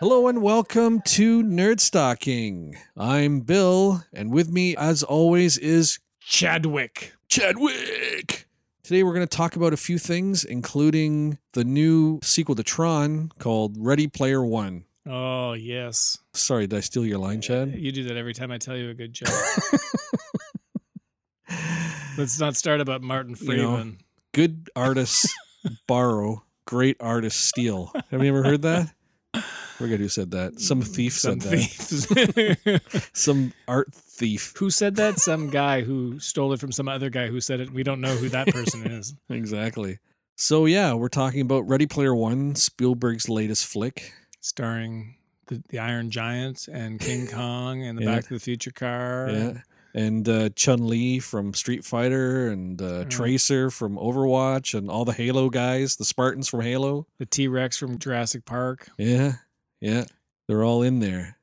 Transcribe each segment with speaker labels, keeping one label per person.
Speaker 1: Hello and welcome to Nerd Stocking. I'm Bill, and with me, as always, is
Speaker 2: Chadwick.
Speaker 1: Chadwick. Today, we're going to talk about a few things, including the new sequel to Tron called Ready Player One.
Speaker 2: Oh, yes.
Speaker 1: Sorry, did I steal your line, Chad?
Speaker 2: You do that every time I tell you a good joke. Let's not start about Martin
Speaker 1: You know.
Speaker 2: Freeman.
Speaker 1: Good artists borrow, great artists steal. Have you ever heard that? I forget who said that. Some thief
Speaker 2: Mm, Some
Speaker 1: said that.
Speaker 2: thieves.
Speaker 1: Some art thief.
Speaker 2: who said that? Some guy who stole it from some other guy who said it. We don't know who that person is.
Speaker 1: Exactly. So yeah, we're talking about Ready Player One, Spielberg's latest flick.
Speaker 2: Starring the, the Iron Giant and King Kong and the
Speaker 1: Yeah.
Speaker 2: Back to the Future car.
Speaker 1: Yeah. And uh, Chun Li from Street Fighter, and uh,
Speaker 2: Right.
Speaker 1: Tracer from Overwatch, and all the Halo guys, the Spartans from Halo.
Speaker 2: The T Rex from Jurassic Park.
Speaker 1: Yeah, yeah, they're all in there.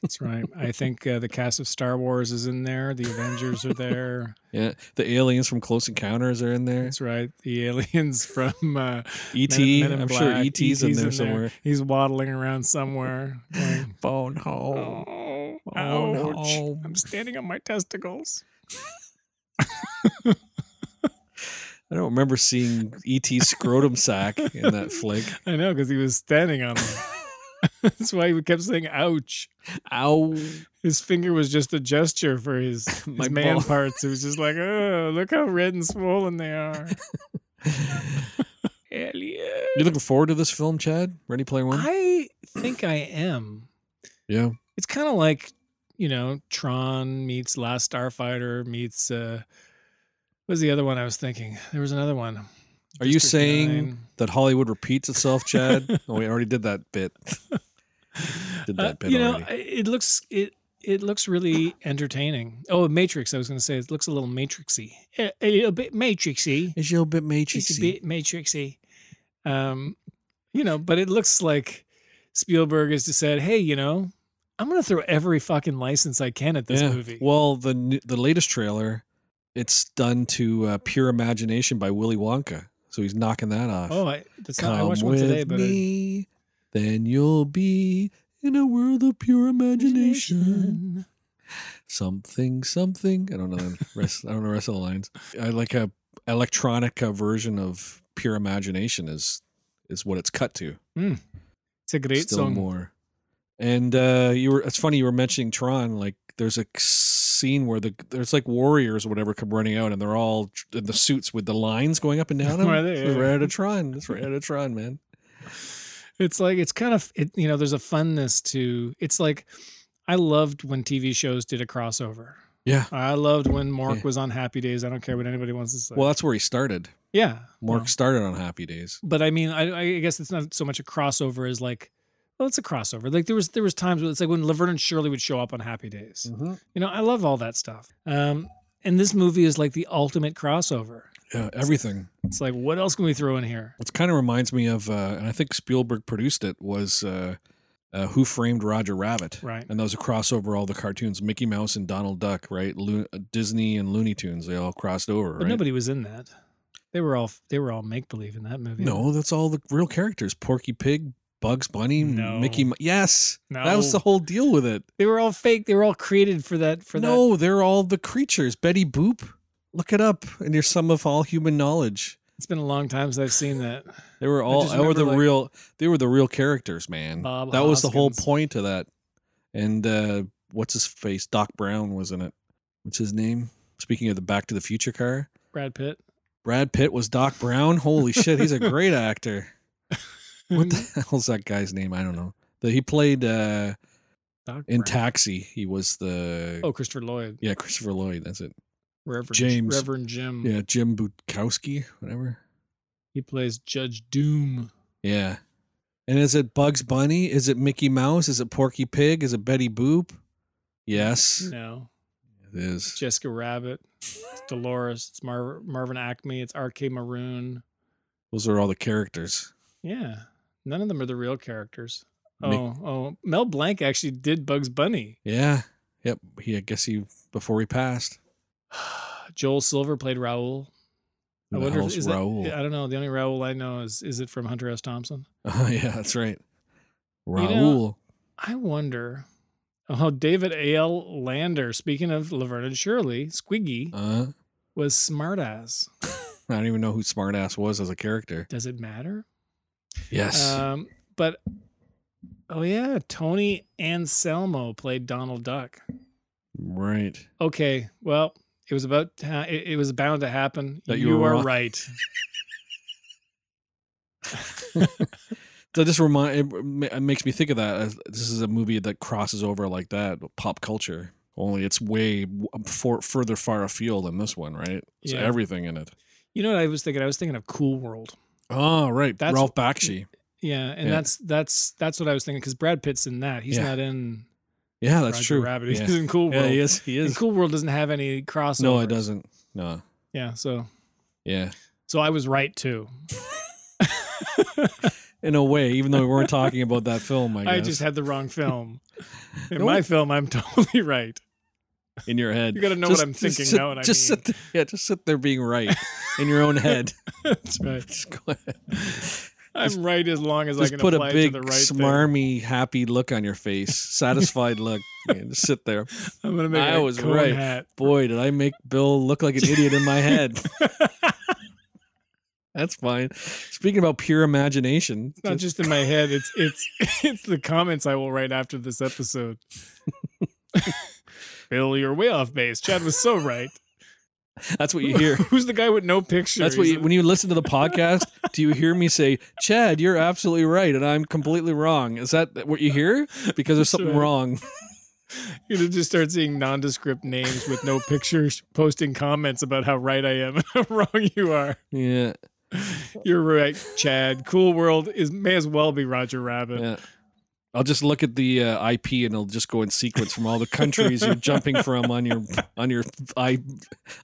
Speaker 2: That's right. I think uh, the cast of Star Wars is in there. The Avengers are there.
Speaker 1: Yeah, the aliens from Close Encounters are in there.
Speaker 2: That's right. The aliens from uh,
Speaker 1: ET,
Speaker 2: Men in- Men in
Speaker 1: E I'm sure
Speaker 2: Black, E
Speaker 1: ET's, in there somewhere.
Speaker 2: He's waddling around somewhere. Going,
Speaker 1: Phone
Speaker 2: oh,
Speaker 1: Oh, no.
Speaker 2: ouch. I'm standing on my testicles.
Speaker 1: I don't remember seeing ET scrotum sack in that flick.
Speaker 2: I know, because he was standing on them. That's why he kept saying ouch.
Speaker 1: Ow.
Speaker 2: His finger was just a gesture for his, his
Speaker 1: My
Speaker 2: man
Speaker 1: ball.
Speaker 2: parts. It was just like, oh, look how red and swollen they are. Elliot.
Speaker 1: You looking forward to this film, Chad? Ready Player One?
Speaker 2: I think I am.
Speaker 1: yeah.
Speaker 2: It's kind of like, you know, Tron meets Last Starfighter meets uh what was the other one I was thinking? There was another one.
Speaker 1: Are you
Speaker 2: District
Speaker 1: saying
Speaker 2: 9.
Speaker 1: that Hollywood repeats itself, Chad? oh, we already did that bit. Did that
Speaker 2: Uh,
Speaker 1: bit
Speaker 2: you know,
Speaker 1: already.
Speaker 2: I- it looks it it looks really entertaining. Oh, Matrix! I was going to say it looks a little Matrixy, a, a little bit Matrixy.
Speaker 1: It's your bit
Speaker 2: It's a
Speaker 1: matrix.
Speaker 2: bit Matrixy. Um, you know, but it looks like Spielberg has just said, "Hey, you know, I'm going to throw every fucking license I can at this
Speaker 1: Yeah.
Speaker 2: movie."
Speaker 1: Well, the n- the latest trailer, it's done to uh, pure imagination by Willy Wonka. So he's knocking that off.
Speaker 2: oh, I, that's
Speaker 1: Come
Speaker 2: not, I watched one
Speaker 1: with
Speaker 2: today, but I-
Speaker 1: me, then you'll be in a world of pure imagination. something something. I don't know. the Rest, I don't know the rest of the lines. I like a electronica version of pure imagination is is what it's cut to.
Speaker 2: It's a great
Speaker 1: Still
Speaker 2: song.
Speaker 1: more. And uh, you were. It's funny you were mentioning Tron. Like there's a scene where the there's like warriors or whatever come running out, and they're all tr- in the suits with the lines going up and down. 'em.
Speaker 2: Are they?
Speaker 1: It's right out of Tron. It's right out of Tron, man.
Speaker 2: it's like it's kind of it, you know there's a funness to it's like i loved when tv shows did a crossover
Speaker 1: Yeah.
Speaker 2: i loved when mork
Speaker 1: Yeah.
Speaker 2: was on happy days i don't care what anybody wants to say
Speaker 1: Well, that's where he started.
Speaker 2: yeah
Speaker 1: Mark
Speaker 2: well,
Speaker 1: started on Happy Days.
Speaker 2: but i mean I, I guess it's not so much a crossover as like well it's a crossover like there was there was times where it's like when laverne and shirley would show up on happy
Speaker 1: Mm.
Speaker 2: days you know i love all that stuff um and this movie is like the ultimate crossover
Speaker 1: Yeah, everything.
Speaker 2: it's like what else can we throw in here
Speaker 1: It kind of reminds me of, uh, and I think Spielberg produced it, was uh, uh, Who Framed Roger Rabbit.
Speaker 2: right
Speaker 1: And that was a crossover of all the cartoons, Mickey Mouse and Donald Duck, right? Lo- Disney and Looney Tunes, they all crossed over,
Speaker 2: but
Speaker 1: right?
Speaker 2: nobody was in that they were all they were all make believe in that movie
Speaker 1: no, that's all the real characters. Porky Pig, Bugs Bunny,
Speaker 2: No.
Speaker 1: Mickey Mouse. Yes.
Speaker 2: no
Speaker 1: That was the whole deal with it.
Speaker 2: They were all fake. They were all created for that. For
Speaker 1: no, they're all the creatures. Betty Boop. Look it up. And you're some of all human knowledge.
Speaker 2: that. It's been a long time since I've seen that.
Speaker 1: They were all
Speaker 2: just
Speaker 1: they were the
Speaker 2: remember, like-
Speaker 1: real they were the real characters, man.
Speaker 2: Bob
Speaker 1: that was the whole
Speaker 2: Hoskins.
Speaker 1: point of that. And uh what's his face? Doc Brown was in it. What's his name? Speaking of the Back to the Future car,
Speaker 2: Brad Pitt.
Speaker 1: Brad Pitt was Doc Brown. Holy shit, he's a great actor. What the hell's that guy's name? I don't know. The, he played uh
Speaker 2: Doc
Speaker 1: in
Speaker 2: Brown.
Speaker 1: Taxi. He was the
Speaker 2: Oh, Christopher Lloyd.
Speaker 1: yeah, Christopher Lloyd, that's it.
Speaker 2: Reverend
Speaker 1: James.
Speaker 2: Reverend Jim.
Speaker 1: Yeah, Jim Butkowski, whatever.
Speaker 2: He plays Judge Doom.
Speaker 1: Yeah. And is it Bugs Bunny? Is it Mickey Mouse? Is it Porky Pig? Is it Betty Boop? Yes,
Speaker 2: No.
Speaker 1: it is.
Speaker 2: Jessica Rabbit. It's Dolores. It's Mar- Marvin Acme. It's R.K. Maroon.
Speaker 1: Those are all the characters.
Speaker 2: Yeah. None of them are the real characters.
Speaker 1: Mick-
Speaker 2: Oh, oh. Mel Blanc actually did Bugs Bunny.
Speaker 1: Yeah. Yep. He, I guess he, before he passed.
Speaker 2: Joel Silver played Raul. I
Speaker 1: Who the
Speaker 2: wonder if
Speaker 1: hell's
Speaker 2: is
Speaker 1: Raoul?
Speaker 2: That, I don't know. The only Raul I know is is it from Hunter S. Thompson?
Speaker 1: Oh, yeah, that's right. Raul.
Speaker 2: know- I wonder. Oh, David A.L. Lander, speaking of Laverne and Shirley, Squiggy
Speaker 1: uh,
Speaker 2: was smart ass.
Speaker 1: I don't even know who Smartass was as a character.
Speaker 2: Does it matter?
Speaker 1: Yes.
Speaker 2: Um, but oh yeah, Tony Anselmo played Donald Duck.
Speaker 1: right.
Speaker 2: Okay, well, it was about ha- it, it was bound to happen.
Speaker 1: That you were
Speaker 2: are
Speaker 1: wrong.
Speaker 2: right.
Speaker 1: That just remind it ma- it makes me think of that. As, this is a movie that crosses over like that pop culture. Only it's way w- for, further far afield than this one, right? It's
Speaker 2: Yeah.
Speaker 1: everything in it.
Speaker 2: You know what I was thinking? I was thinking of Cool World.
Speaker 1: Oh, right.
Speaker 2: That's-
Speaker 1: Ralph Bakshi.
Speaker 2: Yeah, and
Speaker 1: Yeah.
Speaker 2: that's that's that's what I was thinking because Brad Pitt's in that. He's
Speaker 1: Yeah.
Speaker 2: not in
Speaker 1: Yeah, that's
Speaker 2: Roger
Speaker 1: true.
Speaker 2: Rabbit.
Speaker 1: Yeah.
Speaker 2: He's in Cool World.
Speaker 1: yeah, he is. He
Speaker 2: And
Speaker 1: is.
Speaker 2: Cool World doesn't have any crossover.
Speaker 1: No, it doesn't. No.
Speaker 2: Yeah, so
Speaker 1: Yeah.
Speaker 2: so I was right too.
Speaker 1: In a way, even though we weren't talking about that film, I guess
Speaker 2: I, just had the wrong film. In
Speaker 1: No,
Speaker 2: my
Speaker 1: it-
Speaker 2: film, I'm totally right.
Speaker 1: in your head.
Speaker 2: You got to know
Speaker 1: Just-
Speaker 2: what I'm
Speaker 1: just
Speaker 2: thinking
Speaker 1: sit-
Speaker 2: now, and I
Speaker 1: just
Speaker 2: mean.
Speaker 1: sit there, yeah, just sit there being right in your own head.
Speaker 2: That's right.
Speaker 1: Just go ahead.
Speaker 2: I'm right as long as I
Speaker 1: Just
Speaker 2: can
Speaker 1: put a
Speaker 2: apply it
Speaker 1: big
Speaker 2: to the right thing.
Speaker 1: smarmy, happy look on your face, satisfied look. and just sit there.
Speaker 2: I'm gonna make
Speaker 1: I
Speaker 2: a
Speaker 1: was
Speaker 2: cone
Speaker 1: right.
Speaker 2: hat.
Speaker 1: Boy, did I make Bill look like an idiot in my head. That's fine. Speaking about pure imagination,
Speaker 2: It's not just in my head. It's it's it's the comments I will write after this episode. Bill, you're way off base. Chad was so right.
Speaker 1: that's what you hear.
Speaker 2: Who's the guy with no picture?
Speaker 1: That's what you, when you listen to the podcast, do you hear me say, "Chad, you're absolutely right and I'm completely wrong." Is that what you hear? Because there's
Speaker 2: That's
Speaker 1: something
Speaker 2: right.
Speaker 1: wrong.
Speaker 2: You'll just start seeing nondescript names with no pictures posting comments about how right I am and how wrong you are.
Speaker 1: Yeah.
Speaker 2: You're right, Chad. Cool World is may as well be Roger Rabbit.
Speaker 1: Yeah. I'll just look at the uh, IP and it'll just go in sequence from all the countries you're jumping from on your on your I,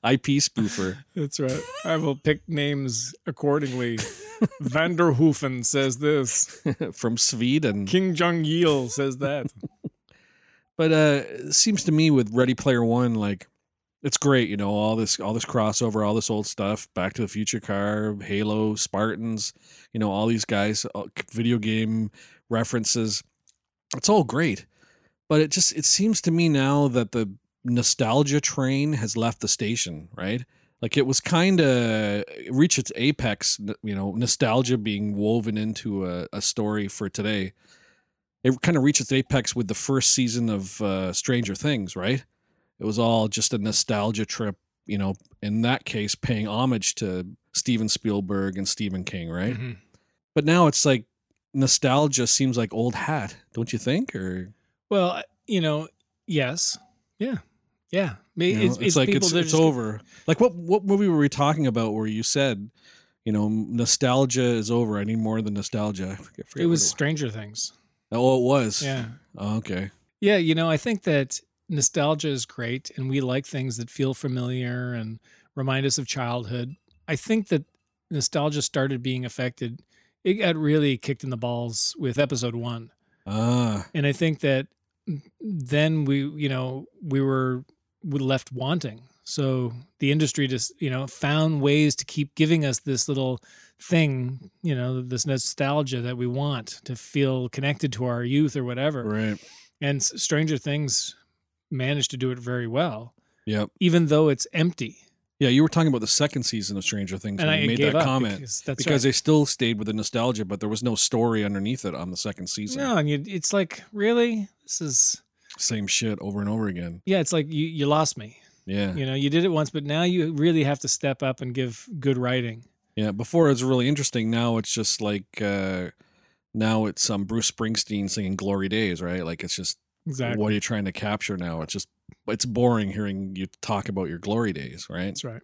Speaker 1: IP spoofer.
Speaker 2: That's right. I will pick names accordingly. Vanderhoofen says this.
Speaker 1: from Sweden.
Speaker 2: King Jong Il says that.
Speaker 1: But uh it seems to me with Ready Player 1 like it's great, you know, all this all this crossover, all this old stuff, Back to the Future car, Halo, Spartans, you know, all these guys all- video game references. It's all great. But it just it seems to me now that the nostalgia train has left the station, right? Like it was kind of reach its apex, n- you know, nostalgia being woven into a, a story for today it kind of reached its apex with the first season of uh, Stranger Things, right? It was all just a nostalgia trip, you know, in that case, paying homage to Steven Spielberg and Stephen King, right?
Speaker 2: Mhm.
Speaker 1: But now it's like nostalgia seems like old hat, don't you think? Or
Speaker 2: Well, I- you know, yes. Yeah. Yeah. May-
Speaker 1: you know,
Speaker 2: it's,
Speaker 1: it's, like
Speaker 2: people,
Speaker 1: it's,
Speaker 2: they're
Speaker 1: it's
Speaker 2: just-
Speaker 1: over. Like what what movie were we talking about where you said, you know, nostalgia is over. I need more than nostalgia. I forget, forget
Speaker 2: It
Speaker 1: what
Speaker 2: was Stranger Things.
Speaker 1: Oh, it was.
Speaker 2: Yeah.
Speaker 1: Oh, okay.
Speaker 2: Yeah, you know, I think that nostalgia is great and we like things that feel familiar and remind us of childhood. I think that nostalgia started being affected. It got really kicked in the balls with episode one.
Speaker 1: Ah.
Speaker 2: And I think that then we, you know, we were we left wanting. So the industry just, you know, found ways to keep giving us this little thing, you know, this nostalgia that we want to feel connected to our youth or whatever.
Speaker 1: Right.
Speaker 2: And S- Stranger Things managed to do it very well,
Speaker 1: Yep.
Speaker 2: even though it's empty.
Speaker 1: Yeah, you were talking about the second season of Stranger Things
Speaker 2: And
Speaker 1: when
Speaker 2: I
Speaker 1: you made
Speaker 2: gave
Speaker 1: that
Speaker 2: up
Speaker 1: comment because,
Speaker 2: because that's
Speaker 1: they still stayed with the nostalgia, but there was no story underneath it on the second season.
Speaker 2: no, and you, it's like really this is
Speaker 1: Same shit over and over again.
Speaker 2: yeah, it's like you you lost me.
Speaker 1: Yeah, yeah.
Speaker 2: You know, you did it once, but now you really have to step up and give good writing.
Speaker 1: Before it was really interesting. Now it's just like uh now it's um Bruce Springsteen singing "Glory Days," right? Like it's just
Speaker 2: Exactly,
Speaker 1: what are you trying to capture now? It's just it's boring hearing you talk about your glory days, right?
Speaker 2: that's right.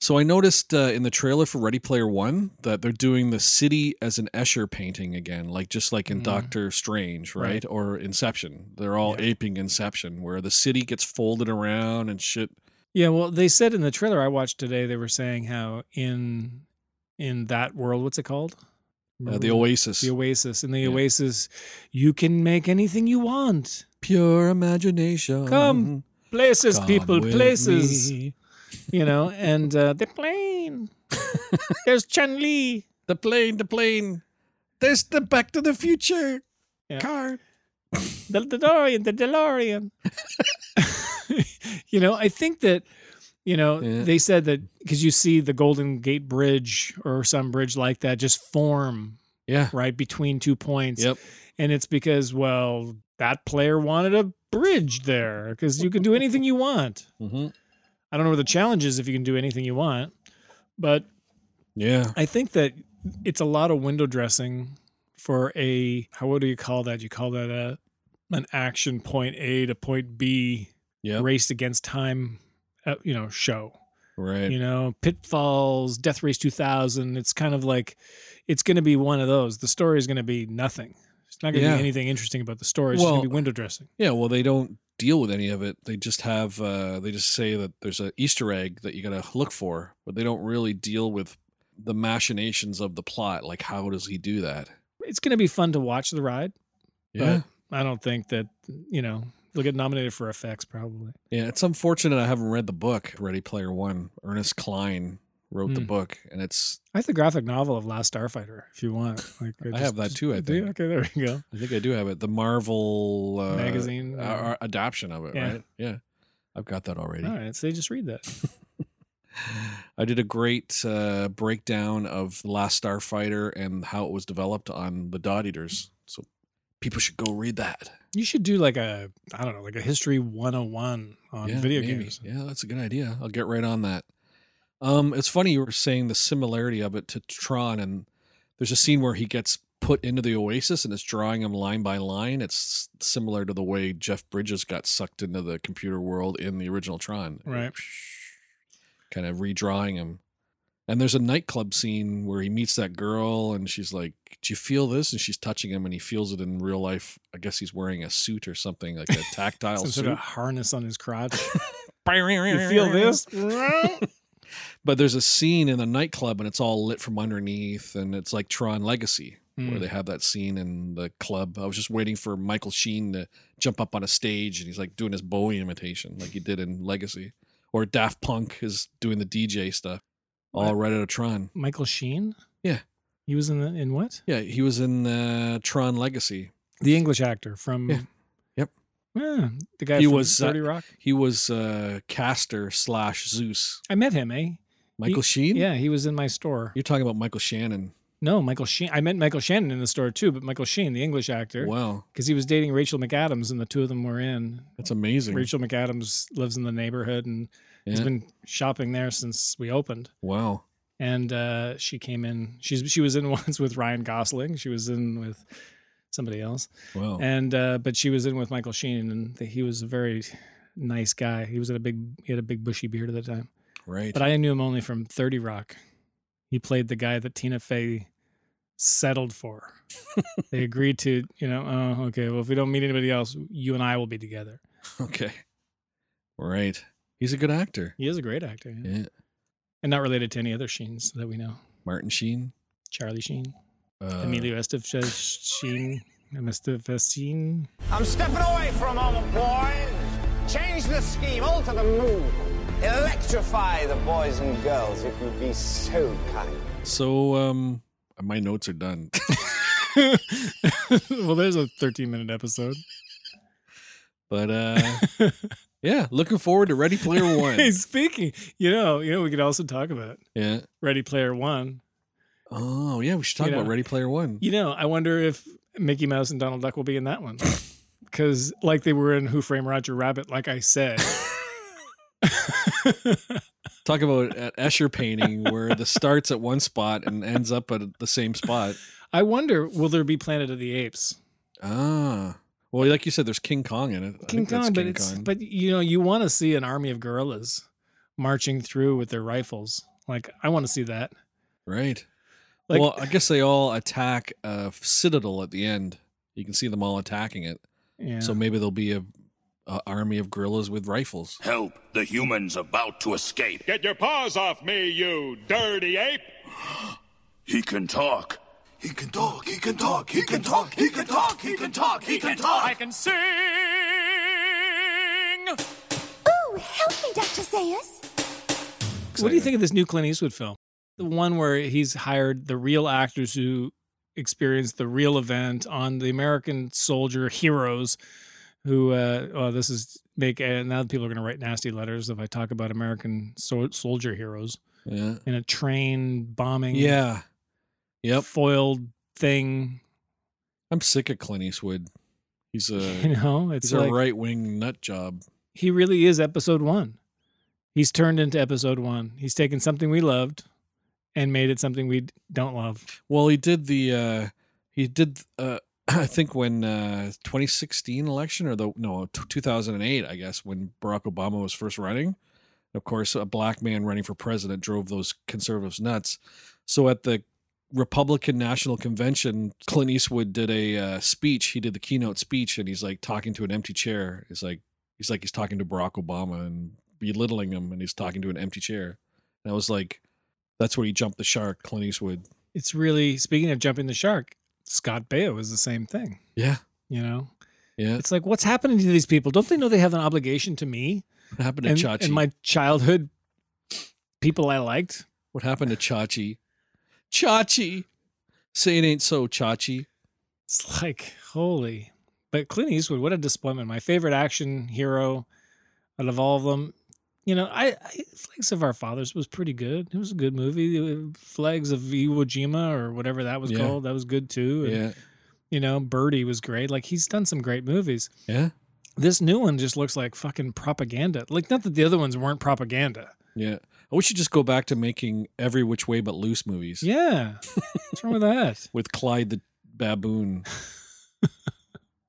Speaker 1: So I noticed uh, in the trailer for Ready Player One that they're doing the city as an Escher painting again, like just like in
Speaker 2: Mm.
Speaker 1: Doctor Strange, right?
Speaker 2: Right.
Speaker 1: Or Inception. They're all
Speaker 2: Yeah.
Speaker 1: aping Inception, where the city gets folded around and shit.
Speaker 2: Yeah, well, they said in the trailer I watched today, they were saying how in in that world, what's it called?
Speaker 1: Uh,
Speaker 2: Remember
Speaker 1: the Oasis,
Speaker 2: Mm-hmm. The Oasis. In the
Speaker 1: Yeah.
Speaker 2: Oasis, you can make anything you want.
Speaker 1: pure imagination.
Speaker 2: Come, Places,
Speaker 1: Come
Speaker 2: people,
Speaker 1: with
Speaker 2: places.
Speaker 1: me.
Speaker 2: you know, and uh, the plane. There's Chun Li.
Speaker 1: The plane, the plane. There's the Back to the Future.
Speaker 2: Yeah.
Speaker 1: Car.
Speaker 2: the DeLorean, the DeLorean. you know, I think that, you know,
Speaker 1: Yeah.
Speaker 2: they said that because you see the Golden Gate Bridge or some bridge like that just form
Speaker 1: Yeah.
Speaker 2: right between two points.
Speaker 1: Yep.
Speaker 2: And it's because, well, that player wanted a bridge there because you can do anything you want.
Speaker 1: Mm-hmm.
Speaker 2: I don't know what the challenge is if you can do anything you want, but
Speaker 1: Yeah.
Speaker 2: I think that it's a lot of window dressing for a how what do you call that? You call that a an action point A to point B
Speaker 1: Yep.
Speaker 2: race against time, uh, you know, show.
Speaker 1: Right.
Speaker 2: You know, Pitfalls, Death Race 2000. It's kind of like it's going to be one of those. The story is going to be nothing. It's not going to
Speaker 1: Yeah.
Speaker 2: be anything interesting about the story. It's just
Speaker 1: Well,
Speaker 2: going to be window dressing.
Speaker 1: Yeah, well, they don't deal with any of it. They just have uh, they just say that there's an Easter egg that you gotta look for, but they don't really deal with the machinations of the plot. Like, how does he do that?
Speaker 2: It's going to be fun to watch the ride.
Speaker 1: Yeah,
Speaker 2: But I don't think that, you know, they'll get nominated for effects probably.
Speaker 1: yeah. It's unfortunate I haven't read the book Ready Player One. Ernest Klein wrote the
Speaker 2: Hmm.
Speaker 1: book, and it's
Speaker 2: I have the graphic novel of Last Starfighter, if you want. Like,
Speaker 1: I have that too, I
Speaker 2: do you?
Speaker 1: think.
Speaker 2: Okay, there we go.
Speaker 1: I think I do have it. The Marvel uh,
Speaker 2: Magazine.
Speaker 1: uh, uh, adoption of it,
Speaker 2: Yeah.
Speaker 1: right? Yeah, I've got that already.
Speaker 2: All right, so you just read that.
Speaker 1: I did a great uh, breakdown of The Last Starfighter and how it was developed on the Dot Eaters. So people should go read that.
Speaker 2: You should do like a, I don't know, like a history 101 on
Speaker 1: yeah,
Speaker 2: video
Speaker 1: maybe.
Speaker 2: games.
Speaker 1: Yeah, that's a good idea. I'll get right on that. Um, it's funny you were saying the similarity of it to Tron, and there's a scene where he gets put into the Oasis and it's drawing him line by line. It's similar to the way Jeff Bridges got sucked into the computer world in the original Tron.
Speaker 2: Right.
Speaker 1: Kind of redrawing him. And there's a nightclub scene where he meets that girl and she's like, Do you feel this? And she's touching him and he feels it in real life. I guess he's wearing a suit or something, like a tactile
Speaker 2: Some
Speaker 1: suit.
Speaker 2: sort of harness on his crotch.
Speaker 1: you
Speaker 2: you feel this?
Speaker 1: But there's a scene in the nightclub and it's all lit from underneath and it's like Tron Legacy where
Speaker 2: Mm.
Speaker 1: they have that scene in the club. I was just waiting for Michael Sheen to jump up on a stage and he's like doing his Bowie imitation like he did in Legacy. Or Daft Punk is doing the DJ stuff. All
Speaker 2: What?
Speaker 1: right out of Tron.
Speaker 2: Michael Sheen?
Speaker 1: Yeah.
Speaker 2: He was in the, in what?
Speaker 1: Yeah, he was in uh, Tron Legacy.
Speaker 2: The English actor from.
Speaker 1: Yeah. Yep.
Speaker 2: Yeah, the guy
Speaker 1: He
Speaker 2: from
Speaker 1: was, uh,
Speaker 2: 30 Rock.
Speaker 1: He was uh, Castor slash Zeus.
Speaker 2: I met him, eh?
Speaker 1: Michael Sheen?
Speaker 2: Yeah, he was in my store.
Speaker 1: You're talking about Michael Shannon.
Speaker 2: No, Michael Sheen. I met Michael Shannon in the store too, but Michael Sheen, the English actor.
Speaker 1: Wow.
Speaker 2: because he was dating Rachel McAdams, and the two of them were in.
Speaker 1: That's amazing.
Speaker 2: Rachel McAdams lives in the neighborhood and has
Speaker 1: Yeah.
Speaker 2: been shopping there since we opened.
Speaker 1: wow.
Speaker 2: And uh, she came in. She's she was in once with Ryan Gosling. She was in with somebody else.
Speaker 1: Wow.
Speaker 2: And uh, but she was in with Michael Sheen, and th- he was a very nice guy. He was in a big he had a big bushy beard at the time.
Speaker 1: right.
Speaker 2: But I knew him only from Thirty Rock. He played the guy that Tina Fey settled for. they agreed to, you know, oh, okay. Well, if we don't meet anybody else, you and I will be together.
Speaker 1: Okay. Right. He's a good actor.
Speaker 2: He is a great actor, yeah.
Speaker 1: Yeah.
Speaker 2: and not related to any other Sheens that we know.
Speaker 1: Martin Sheen.
Speaker 2: Charlie Sheen,
Speaker 1: Uh,
Speaker 2: Emilio Estevez Sheen, Estevez Sheen.
Speaker 3: I'm stepping away for a moment, boys. Change the scheme, alter the mood. Electrify the boys and girls if you'd be so kind.
Speaker 1: So, um, my notes are done.
Speaker 2: well, there's a 13 minute episode.
Speaker 1: but, uh, yeah, looking forward to Ready Player One.
Speaker 2: Hey, speaking, you know, you know, we could also talk about
Speaker 1: yeah.
Speaker 2: Ready Player One.
Speaker 1: Oh, yeah, we should talk
Speaker 2: You know.
Speaker 1: about Ready Player One.
Speaker 2: You know, I wonder if Mickey Mouse and Donald Duck will be in that one. Because, like they were in Who Framed Roger Rabbit, like I said.
Speaker 1: Talk about an Escher painting where the starts at one spot and ends up at the same spot.
Speaker 2: I wonder, will there be Planet of the Apes?
Speaker 1: Ah. Well, like you said, there's King Kong in it. I
Speaker 2: King
Speaker 1: think that's
Speaker 2: Kong, but it's
Speaker 1: Kong.
Speaker 2: but you know, you want to see an army of gorillas marching through with their rifles. Like I want to see that.
Speaker 1: right.
Speaker 2: Like
Speaker 1: well, I guess they all attack a citadel at the end. You can see them all attacking it.
Speaker 2: yeah.
Speaker 1: So maybe there'll be a, a army of gorillas with rifles.
Speaker 4: Help! The human's about to escape.
Speaker 5: Get your paws off me, you dirty ape!
Speaker 4: He can talk. He can talk. He can talk. He can talk. He can talk. He can talk. He can talk.
Speaker 5: can sing!
Speaker 6: Oh, help me, Dr. Zayas.
Speaker 2: what do you think of this new Clint Eastwood film? The one where he's hired the real actors who experience the real event on the American soldier heroes who uh oh this is make uh, now people are going to write nasty letters if I talk about American so- soldier heroes
Speaker 1: Yeah.
Speaker 2: in a train bombing
Speaker 1: Yeah. Yep.
Speaker 2: foiled thing
Speaker 1: I'm sick of Clint Eastwood. He's
Speaker 2: you
Speaker 1: a
Speaker 2: know it's
Speaker 1: he's
Speaker 2: like
Speaker 1: a right wing nut job.
Speaker 2: he really is episode 1 he's turned into episode 1 he's taken something we loved and made it something we d- don't love
Speaker 1: Well, he did the uh he did uh I think when uh 2016 election or the no, t- 2008, I guess, when Barack Obama was first running. Of course, a black man running for president drove those conservatives nuts. So at the Republican National Convention, Clint Eastwood did a uh, speech. He did the keynote speech, and he's like talking to an empty chair. He's like, he's like, he's talking to Barack Obama and belittling him, and he's talking to an empty chair. And I was like, that's where he jumped the shark, Clint Eastwood.
Speaker 2: it's really speaking of jumping the shark Scott Baio is the same thing
Speaker 1: Yeah,
Speaker 2: you know
Speaker 1: yeah.
Speaker 2: it's like what's happening to these people don't they know they have an obligation to me
Speaker 1: What happened to
Speaker 2: and,
Speaker 1: Chachi?
Speaker 2: and my childhood people I liked
Speaker 1: what happened to Chachi? Chachi, say it ain't so, Chachi.
Speaker 2: It's like, holy. But Clint Eastwood, what a disappointment. My favorite action hero out of all of them. You know, I, I Flags of Our Fathers was pretty good. It was a good movie. Flags of Iwo Jima or whatever that was
Speaker 1: Yeah.
Speaker 2: called, that was good too. And,
Speaker 1: Yeah,
Speaker 2: You know, Birdie was great. Like he's done some great movies.
Speaker 1: yeah,
Speaker 2: This new one just looks like fucking propaganda. Like not that the other ones weren't propaganda.
Speaker 1: yeah. I wish you just go back to making every which way but loose movies
Speaker 2: Yeah. What's wrong with that?
Speaker 1: with Clyde the baboon.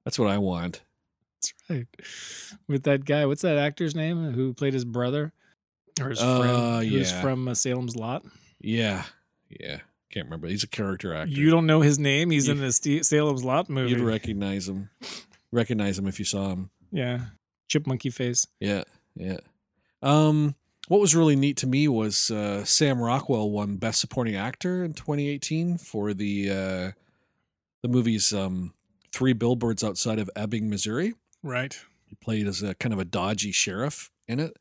Speaker 1: That's what I want.
Speaker 2: That's right. With that guy, what's that actor's name who played his brother or his
Speaker 1: Uh,
Speaker 2: friend who's
Speaker 1: yeah.
Speaker 2: from uh, Salem's Lot?
Speaker 1: Yeah, yeah. Can't remember. He's a character actor.
Speaker 2: You don't know his name. He's
Speaker 1: You-
Speaker 2: in the Ste Salem's Lot movie.
Speaker 1: You'd recognize him. Recognize him if you saw him.
Speaker 2: Yeah, chip monkey face.
Speaker 1: Yeah, yeah. Um, what was really neat to me was uh, Sam Rockwell won Best Supporting Actor in 2018 for the uh, the movie's um, Three Billboards Outside of Ebbing, Missouri.
Speaker 2: Right.
Speaker 1: He played as a kind of a dodgy sheriff in it,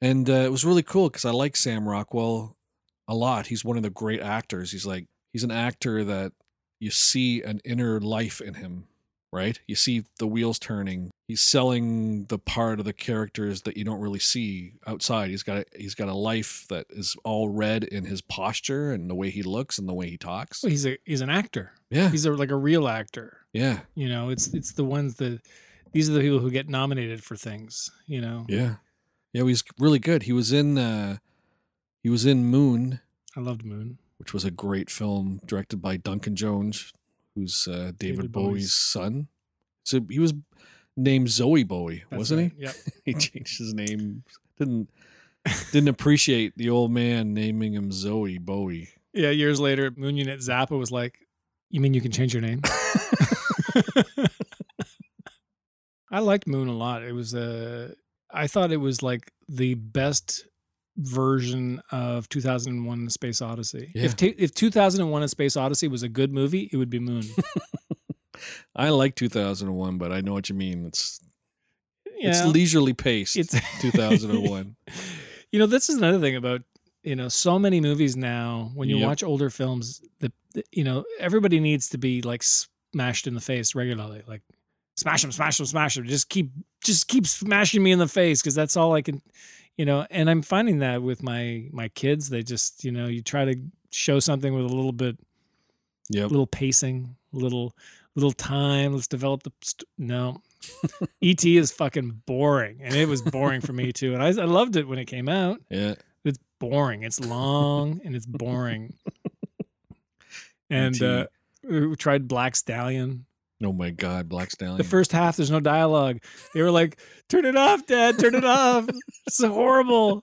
Speaker 1: and uh, it was really cool because I like Sam Rockwell a lot. He's one of the great actors. He's like he's an actor that you see an inner life in him, right? You see the wheels turning. He's selling the part of the characters that you don't really see outside. He's got a, he's got a life that is all read in his posture and the way he looks and the way he talks.
Speaker 2: Well, he's a he's an actor.
Speaker 1: Yeah,
Speaker 2: He's a, like a real actor.
Speaker 1: yeah,
Speaker 2: You know, it's it's the ones that these are the people who get nominated for things. You know,
Speaker 1: yeah, yeah. He's really good. He was in uh, he was in Moon.
Speaker 2: I loved Moon.
Speaker 1: which was a great film directed by Duncan Jones, who's uh, David,
Speaker 2: David
Speaker 1: Bowie's,
Speaker 2: Bowie's-
Speaker 1: son. So he was named Zoe Bowie,
Speaker 2: That's
Speaker 1: wasn't
Speaker 2: right. Yep.
Speaker 1: he? He changed his name. Didn't didn't appreciate the old man naming him Zoe Bowie.
Speaker 2: Yeah. Years later, Moon Unit Zappa was like, "You mean you can change your name?" I liked Moon a lot. It was uh, I thought it was like the best version of 2001: A Space Odyssey.
Speaker 1: Yeah.
Speaker 2: If ta- if 2001: A Space Odyssey was a good movie, it would be Moon.
Speaker 1: I like 2001, but I know what you mean. It's it's
Speaker 2: Yeah.
Speaker 1: leisurely paced.
Speaker 2: It's-
Speaker 1: 2001.
Speaker 2: you know, this is another thing about you know so many movies now. When you
Speaker 1: Yep.
Speaker 2: watch older films, the, the you know everybody needs to be like smashed in the face regularly, like smash them, smash them, smash them. Just keep just keep smashing me in the face because that's all I can, you know. And I'm finding that with my my kids, they just you know you try to show something with a little bit
Speaker 1: Yep.
Speaker 2: little pacing, little little time. Let's develop the st- no. ET is fucking boring, and it was boring for me too. And I, I loved it when it came out.
Speaker 1: Yeah.
Speaker 2: It's boring. It's long and it's boring. And
Speaker 1: E.T..
Speaker 2: uh, we tried Black Stallion.
Speaker 1: Oh my God, Black Stallion.
Speaker 2: The first half, there's no dialogue. They were like, "Turn it off, Dad. Turn it off. It's horrible."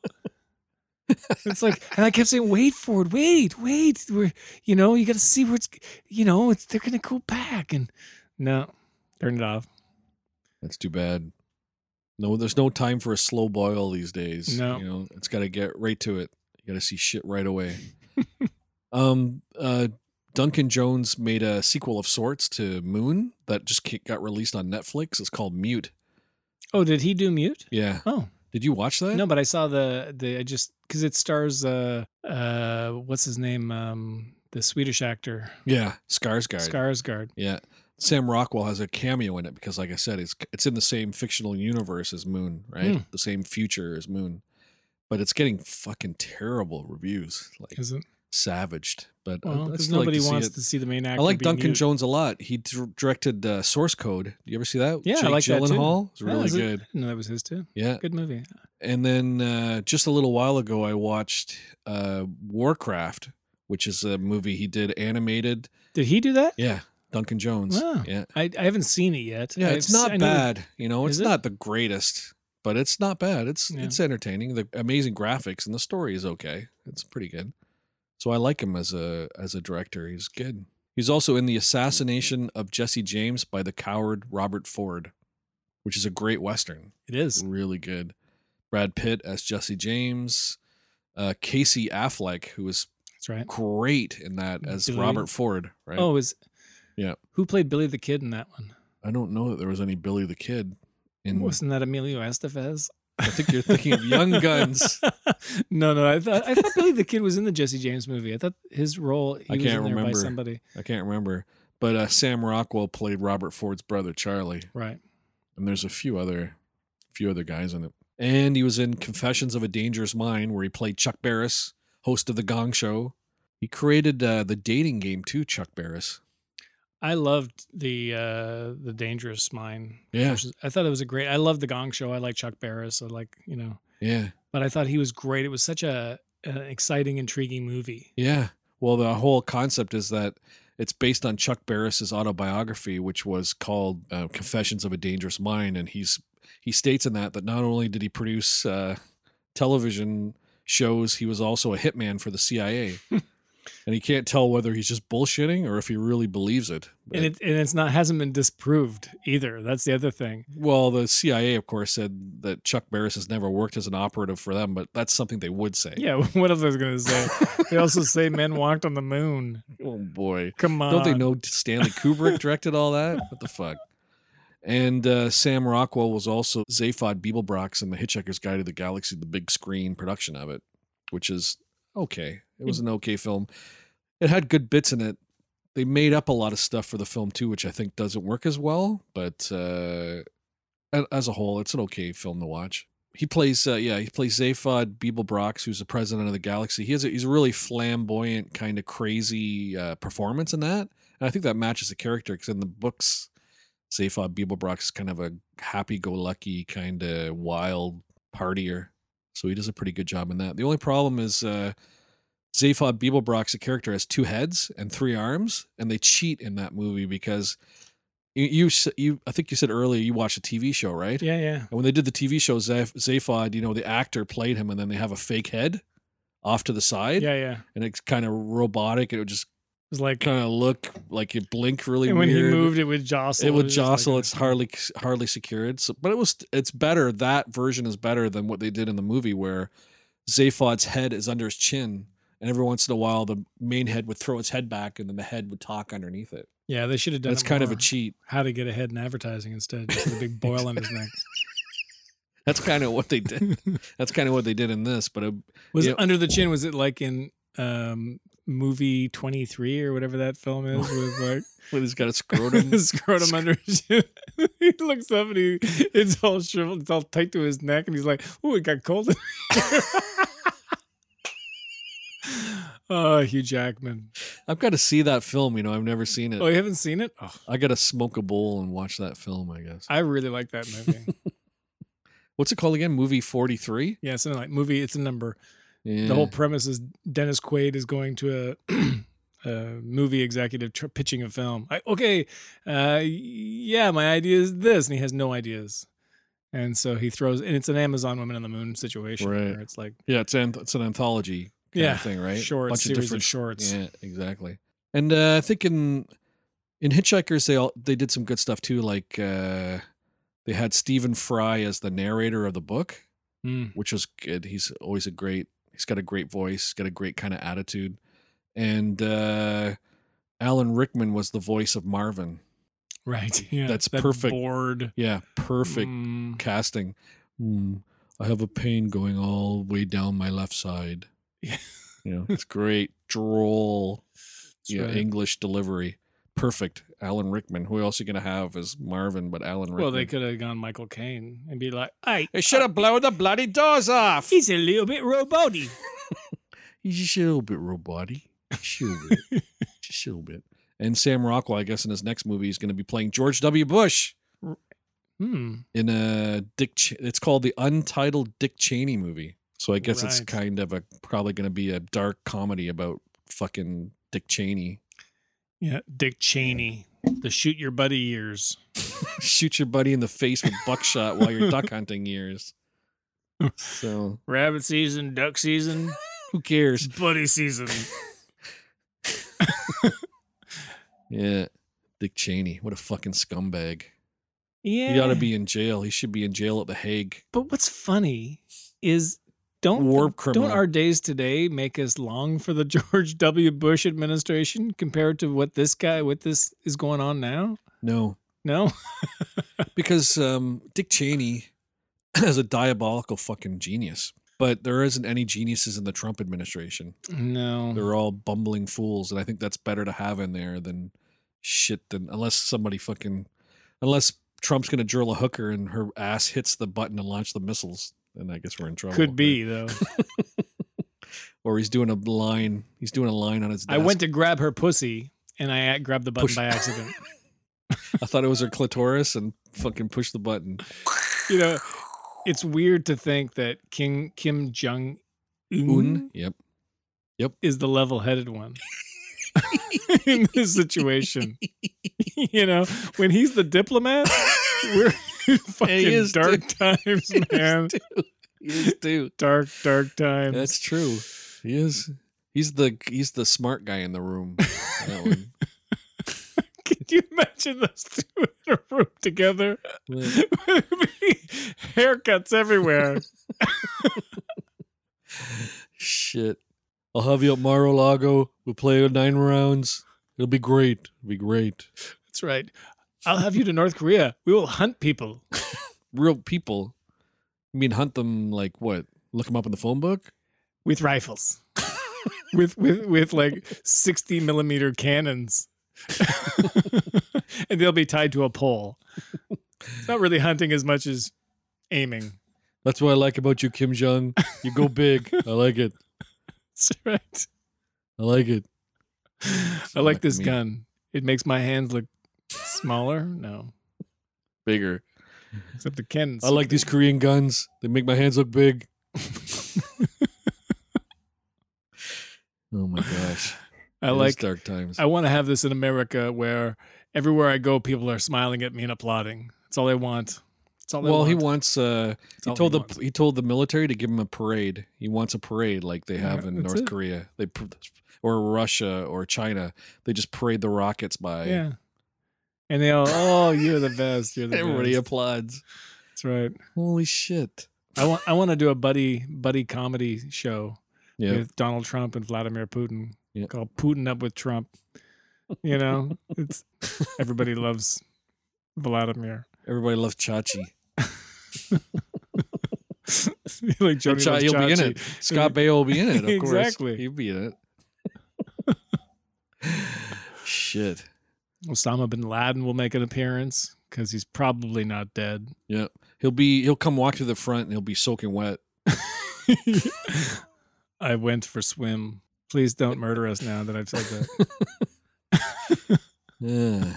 Speaker 2: It's like, and I kept saying, "Wait for it. Wait, wait. We're, you know, you got to see where it's, you know, it's they're gonna go back." And no, turn it off.
Speaker 1: That's too bad. No, there's no time for a slow boil these days.
Speaker 2: No.
Speaker 1: you know, it's got to get right to it. You got to see shit right away. um, uh, Duncan Jones made a sequel of sorts to Moon that just ca- got released on Netflix. It's called Mute.
Speaker 2: Oh, did he do mute?
Speaker 1: Yeah,
Speaker 2: Oh
Speaker 1: did you watch that?
Speaker 2: no, but I saw the the I just because it stars uh uh what's his name um the Swedish actor
Speaker 1: Yeah, Skarsgård.
Speaker 2: Skarsgård.
Speaker 1: yeah, Sam Rockwell has a cameo in it because, like I said, it's it's in the same fictional universe as Moon, right?
Speaker 2: Hmm.
Speaker 1: The same future as Moon, but it's getting fucking terrible reviews, like
Speaker 2: Isn't
Speaker 1: savaged. But I-
Speaker 2: well
Speaker 1: I,
Speaker 2: because
Speaker 1: still like
Speaker 2: nobody
Speaker 1: to see
Speaker 2: wants
Speaker 1: it.
Speaker 2: to see the main actor.
Speaker 1: I like
Speaker 2: be
Speaker 1: Duncan
Speaker 2: mute.
Speaker 1: Jones a lot. He dir- directed uh, Source Code. You ever see that?
Speaker 2: Yeah,
Speaker 1: Jake
Speaker 2: I like that
Speaker 1: Gyllenhaal.
Speaker 2: too.
Speaker 1: It's really
Speaker 2: Yeah, Oh, is it-
Speaker 1: good.
Speaker 2: I didn't know that was his too.
Speaker 1: Yeah,
Speaker 2: Good movie.
Speaker 1: and then uh, just a little while ago, I watched uh, Warcraft, which is a movie he did animated.
Speaker 2: Did he do that?
Speaker 1: Yeah, Duncan Jones.
Speaker 2: Wow.
Speaker 1: Yeah,
Speaker 2: I, I haven't seen it yet.
Speaker 1: yeah.
Speaker 2: I've
Speaker 1: It's
Speaker 2: se-
Speaker 1: not
Speaker 2: I know that-
Speaker 1: bad. You know, it's
Speaker 2: Is it?
Speaker 1: not the greatest, but it's not bad. It's
Speaker 2: Yeah.
Speaker 1: it's entertaining. The amazing graphics and the story is okay. It's pretty good. So I like him as a as a director. He's good. He's also in the assassination of Jesse James by the coward Robert Ford, which is a great western
Speaker 2: It is.
Speaker 1: really good. Brad Pitt as Jesse James, uh, Casey Affleck, who was
Speaker 2: That's right.
Speaker 1: great in that as
Speaker 2: Billy-
Speaker 1: Robert Ford. Right?
Speaker 2: Oh, is
Speaker 1: Yeah.
Speaker 2: Who played Billy the Kid in that one?
Speaker 1: I don't know that there was any Billy the Kid in.
Speaker 2: Wasn't that Emilio Estevez?
Speaker 1: I think you're thinking of Young Guns.
Speaker 2: no, no. I thought I thought Billy the Kid was in the Jesse James movie. I thought his role he
Speaker 1: I
Speaker 2: was
Speaker 1: can't
Speaker 2: in there by
Speaker 1: remember.
Speaker 2: somebody.
Speaker 1: I can't remember, but uh, Sam Rockwell played Robert Ford's brother Charlie,
Speaker 2: Right.
Speaker 1: and there's a few other, few other guys in it. And he was in Confessions of a Dangerous Mind, where he played Chuck Barris, host of the Gong Show. He created uh, the dating game too, Chuck Barris.
Speaker 2: I loved the uh the Dangerous Mind.
Speaker 1: Yeah,
Speaker 2: I thought it was a great. I loved the Gong Show. I like Chuck Barris. I like you know,
Speaker 1: yeah.
Speaker 2: but I thought he was great. It was such a an exciting, intriguing movie.
Speaker 1: Yeah. Well, the whole concept is that it's based on Chuck Barris's autobiography, which was called uh, "Confessions of a Dangerous Mind," and he's he states in that that not only did he produce uh, television shows, he was also a hitman for the CIA. and he can't tell whether he's just bullshitting or if he really believes it. But-
Speaker 2: And it and it's not hasn't been disproved either. That's the other thing.
Speaker 1: well, the CIA, of course, said that Chuck Barris has never worked as an operative for them, but that's something they would say.
Speaker 2: Yeah, what else I was gonna say? they also say men walked on the moon.
Speaker 1: Oh boy.
Speaker 2: Come on.
Speaker 1: Don't they know Stanley Kubrick directed all that? What the fuck? And uh, Sam Rockwell was also Zaphod Beeblebrox in The Hitchhiker's Guide to the Galaxy, the big screen production of it, which is okay. It was an okay film. It had good bits in it. They made up a lot of stuff for the film too, which I think doesn't work as well. But uh, a- as a whole, it's an okay film to watch. He plays, uh, yeah, he plays Zaphod Beeblebrox, who's the president of the galaxy. He has a, he's a really flamboyant, kind of crazy uh, performance in that, and I think that matches the character because in the books, Zaphod Beeblebrox is kind of a happy-go-lucky, kind of wild partier. So he does a pretty good job in that. The only problem is uh, Zaphod Beeblebrox, the character, has two heads and three arms, and they cheat in that movie because you you, s- you I think you said earlier you watched a TV show, right?
Speaker 2: Yeah, yeah.
Speaker 1: And when they did the TV show Zaph- Zaphod, you know, the actor played him, and then they have a fake head off to the side,
Speaker 2: Yeah, yeah. It
Speaker 1: and it's kind of robotic. and It would just
Speaker 2: was like
Speaker 1: kind of look like it blink really.
Speaker 2: and when
Speaker 1: weird.
Speaker 2: he moved it would jostle.
Speaker 1: it would
Speaker 2: was just like
Speaker 1: jostle.
Speaker 2: a-
Speaker 1: it's hardly hardly secured. So, but it was it's better. That version is better than what they did in the movie, where Zaphod's head is under his chin, and every once in a while the main head would throw its head back, and then the head would talk underneath it.
Speaker 2: Yeah, they should have done
Speaker 1: That's
Speaker 2: it
Speaker 1: kind of a
Speaker 2: more.
Speaker 1: cheat.
Speaker 2: how to get ahead in advertising instead, just with a big boil on his neck.
Speaker 1: That's kind of what they did. That's kind of what they did in this. But it,
Speaker 2: Was
Speaker 1: Yeah.
Speaker 2: it under the chin? Was it like in um movie twenty three or whatever that film is with like
Speaker 1: but he's got a scrotum.
Speaker 2: his scrotum under his chin. he looks up and he it's all shriveled, it's all tight to his neck, and he's like, "Oh, it got cold." in here." oh, Hugh Jackman.
Speaker 1: I've got to see that film. You know, I've never seen it.
Speaker 2: Oh, you haven't seen it? Oh,
Speaker 1: I got to smoke a bowl and watch that film. I guess.
Speaker 2: I really like that movie.
Speaker 1: What's it called again? Movie forty three.
Speaker 2: yeah, something like movie. It's a number.
Speaker 1: Yeah.
Speaker 2: The whole premise is Dennis Quaid is going to a, a movie executive tr- pitching a film. I, okay, uh, yeah, my idea is this, and he has no ideas, and so he throws, and it's an Amazon Woman on the Moon situation
Speaker 1: Right.
Speaker 2: where it's like,
Speaker 1: Yeah, it's an it's an anthology kind
Speaker 2: Yeah,
Speaker 1: of thing, right?
Speaker 2: shorts, series of shorts.
Speaker 1: Yeah, exactly. And uh, I think in in Hitchhikers they all they did some good stuff too. Like uh, they had Stephen Fry as the narrator of the book,
Speaker 2: mm,
Speaker 1: which was good. He's always a great. He's got a great voice. Got a great kind of attitude. And uh, Alan Rickman was the voice of Marvin.
Speaker 2: right, yeah,
Speaker 1: That's
Speaker 2: that
Speaker 1: perfect.
Speaker 2: Bored,
Speaker 1: Yeah, perfect
Speaker 2: Mm,
Speaker 1: casting. Hmm, I have a pain going all way down my left side. You know, it's great droll, you know,
Speaker 2: right.
Speaker 1: English delivery. Perfect. Alan Rickman. Who else are you gonna have as Marvin but Alan Rickman?
Speaker 2: Well, they could uh, have gone Michael Caine and be like, "Hey,
Speaker 1: They should have blown the bloody doors off.
Speaker 2: he's a little bit roboty."
Speaker 1: He's just a little bit robotic. Just a little bit. just a little bit. And Sam Rockwell, I guess, in his next movie is going to be playing George W. Bush
Speaker 2: hmm.
Speaker 1: in a Dick. Ch- it's called the Untitled Dick Cheney movie. So I guess it's
Speaker 2: Right.
Speaker 1: kind of a probably going to be a dark comedy about fucking Dick Cheney.
Speaker 2: Yeah, Dick Cheney, the shoot your buddy years.
Speaker 1: Shoot your buddy in the face with buckshot while you're duck hunting years. So
Speaker 2: Rabbit season, duck season,
Speaker 1: who cares?
Speaker 2: buddy season.
Speaker 1: Yeah, Dick Cheney, what a fucking scumbag.
Speaker 2: Yeah,
Speaker 1: He ought to be in jail. He should be in jail at the Hague.
Speaker 2: But what's funny is don't
Speaker 1: War criminal.
Speaker 2: don't our days today make us long for the George W. Bush administration compared to what this guy what this is going on now?
Speaker 1: No,
Speaker 2: No,
Speaker 1: because um, Dick Cheney is a diabolical fucking genius. But there isn't any geniuses in the Trump administration.
Speaker 2: no.
Speaker 1: They're all bumbling fools, and I think that's better to have in there than shit. Than unless somebody fucking, unless Trump's gonna drill a hooker and her ass hits the button to launch the missiles, then I guess we're in trouble.
Speaker 2: Could be though.
Speaker 1: or he's doing a line. He's doing a line on his. Desk.
Speaker 2: I went to grab her pussy and I at- grabbed the button
Speaker 1: Push-
Speaker 2: by accident.
Speaker 1: I thought it was her clitoris and fucking pushed the button.
Speaker 2: you know, it's weird to think that King Kim Jong Un
Speaker 1: Un. Yep.
Speaker 2: is the level-headed one in this situation. you know, when he's the diplomat, we're in fucking
Speaker 1: is
Speaker 2: dark times, man.
Speaker 1: He is too.
Speaker 2: Dark, dark times.
Speaker 1: That's true. He is. He's the he's the smart guy in the room. That one.
Speaker 2: Can you imagine those two in a room together?
Speaker 1: Well,
Speaker 2: Haircuts everywhere.
Speaker 1: Shit. I'll have you at Mar-a-Lago. We'll play nine rounds. It'll be great. It'll be great.
Speaker 2: That's right. I'll have you to North Korea. We will hunt people.
Speaker 1: Real people. I mean, hunt them like what? Look them up in the phone book.
Speaker 2: with rifles with with with like 60 millimeter cannons and they'll be tied to a pole it's not really hunting as much as aiming
Speaker 1: That's what I like about you, Kim Jong. You go big. I like it.
Speaker 2: that's right
Speaker 1: I like it.
Speaker 2: i like this
Speaker 1: me.
Speaker 2: gun it makes my hands look smaller no
Speaker 1: Bigger.
Speaker 2: except the cannons
Speaker 1: I like these Korean guns. They make my hands look big. oh my gosh.
Speaker 2: i
Speaker 1: It is
Speaker 2: like
Speaker 1: dark times.
Speaker 2: i want to have this in america where everywhere i go people are smiling at me and applauding that's all i want that's all I
Speaker 1: Well, he
Speaker 2: want.
Speaker 1: wants. Uh, he
Speaker 2: all Oh, he
Speaker 1: told the
Speaker 2: wants.
Speaker 1: he told the military to give him a parade. He wants a parade like they have in
Speaker 2: that's
Speaker 1: North
Speaker 2: it.
Speaker 1: Korea, they pr- or Russia or China. They just parade the rockets by.
Speaker 2: yeah and they all oh you're the best you're the
Speaker 1: Everybody
Speaker 2: best.
Speaker 1: applauds.
Speaker 2: That's right.
Speaker 1: Holy shit!
Speaker 2: I want I want to do a buddy buddy comedy show
Speaker 1: Yeah,
Speaker 2: with Donald Trump and Vladimir Putin
Speaker 1: Yeah.
Speaker 2: called Putin Up with Trump. You know, it's everybody loves Vladimir.
Speaker 1: everybody loves Chachi. Or
Speaker 2: like Jody
Speaker 1: Cha-
Speaker 2: loves
Speaker 1: he'll be in
Speaker 2: Chachi.
Speaker 1: it. Scott Baio will be in it. Of
Speaker 2: Exactly.
Speaker 1: course, he'll be in it. shit.
Speaker 2: Osama bin Laden will make an appearance because he's probably not dead.
Speaker 1: Yeah, he'll be. He'll come walk to the front and he'll be soaking wet.
Speaker 2: I went for swim. Please don't murder us now that I've said that.
Speaker 1: Yeah.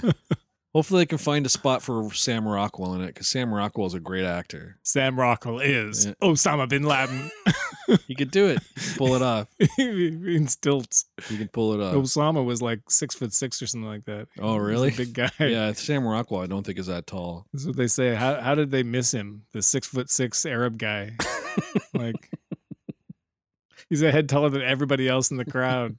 Speaker 1: Hopefully, they can find a spot for Sam Rockwell in it because Sam Rockwell is a great actor.
Speaker 2: Sam Rockwell is
Speaker 1: Yeah.
Speaker 2: Osama bin Laden
Speaker 1: He could do it. He could pull it off.
Speaker 2: in stilts.
Speaker 1: He could pull it off.
Speaker 2: Osama was like six foot six or something like that.
Speaker 1: Oh,
Speaker 2: He was
Speaker 1: really?
Speaker 2: a big guy.
Speaker 1: Yeah, Sam Rockwell, I don't think is that tall.
Speaker 2: That's what they say. How how did they miss him? The six foot six Arab guy. like he's a head taller than everybody else in the crowd.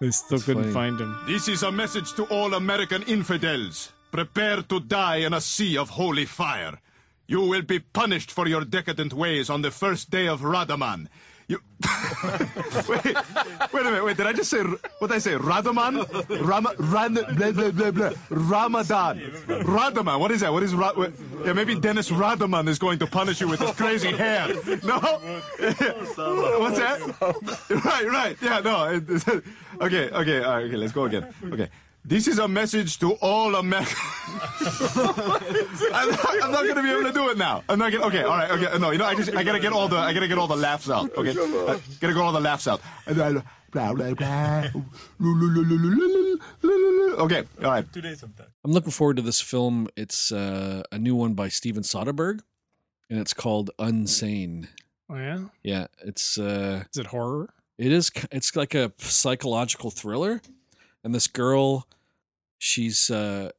Speaker 2: They still
Speaker 1: funny.
Speaker 2: couldn't find him.
Speaker 7: This is a message to all American infidels. Prepare to die in a sea of holy fire. You will be punished for your decadent ways on the first day of Ramadan. You. wait, wait a minute. Wait, did I just say what did I say? Radaman, Rama, Ran, blah, blah, blah, blah. Ramadan, Radaman. What is that? What is Ra? Wait, yeah, maybe Dennis Radaman is going to punish you with his crazy hair. No, what's that? Right, right. Yeah, no. it- it- okay, okay, all right, okay. Let's go again. Okay. This is a message to all Americans. I'm not, I'm not gonna be able to do it now. I'm not gonna. Okay, all right. Okay, no. You know, I just I gotta get all the I gotta get all the laughs out. Okay, I gotta get all the laughs out. And I- Blah blah blah. Okay, all right.
Speaker 1: I'm looking forward to this film. It's uh, a new one by Steven Soderbergh, and it's called Unsane.
Speaker 2: Oh, yeah.
Speaker 1: Yeah, it's uh,
Speaker 2: Is it horror?
Speaker 1: it is k- it's like a psychological thriller, and this girl, she's uh,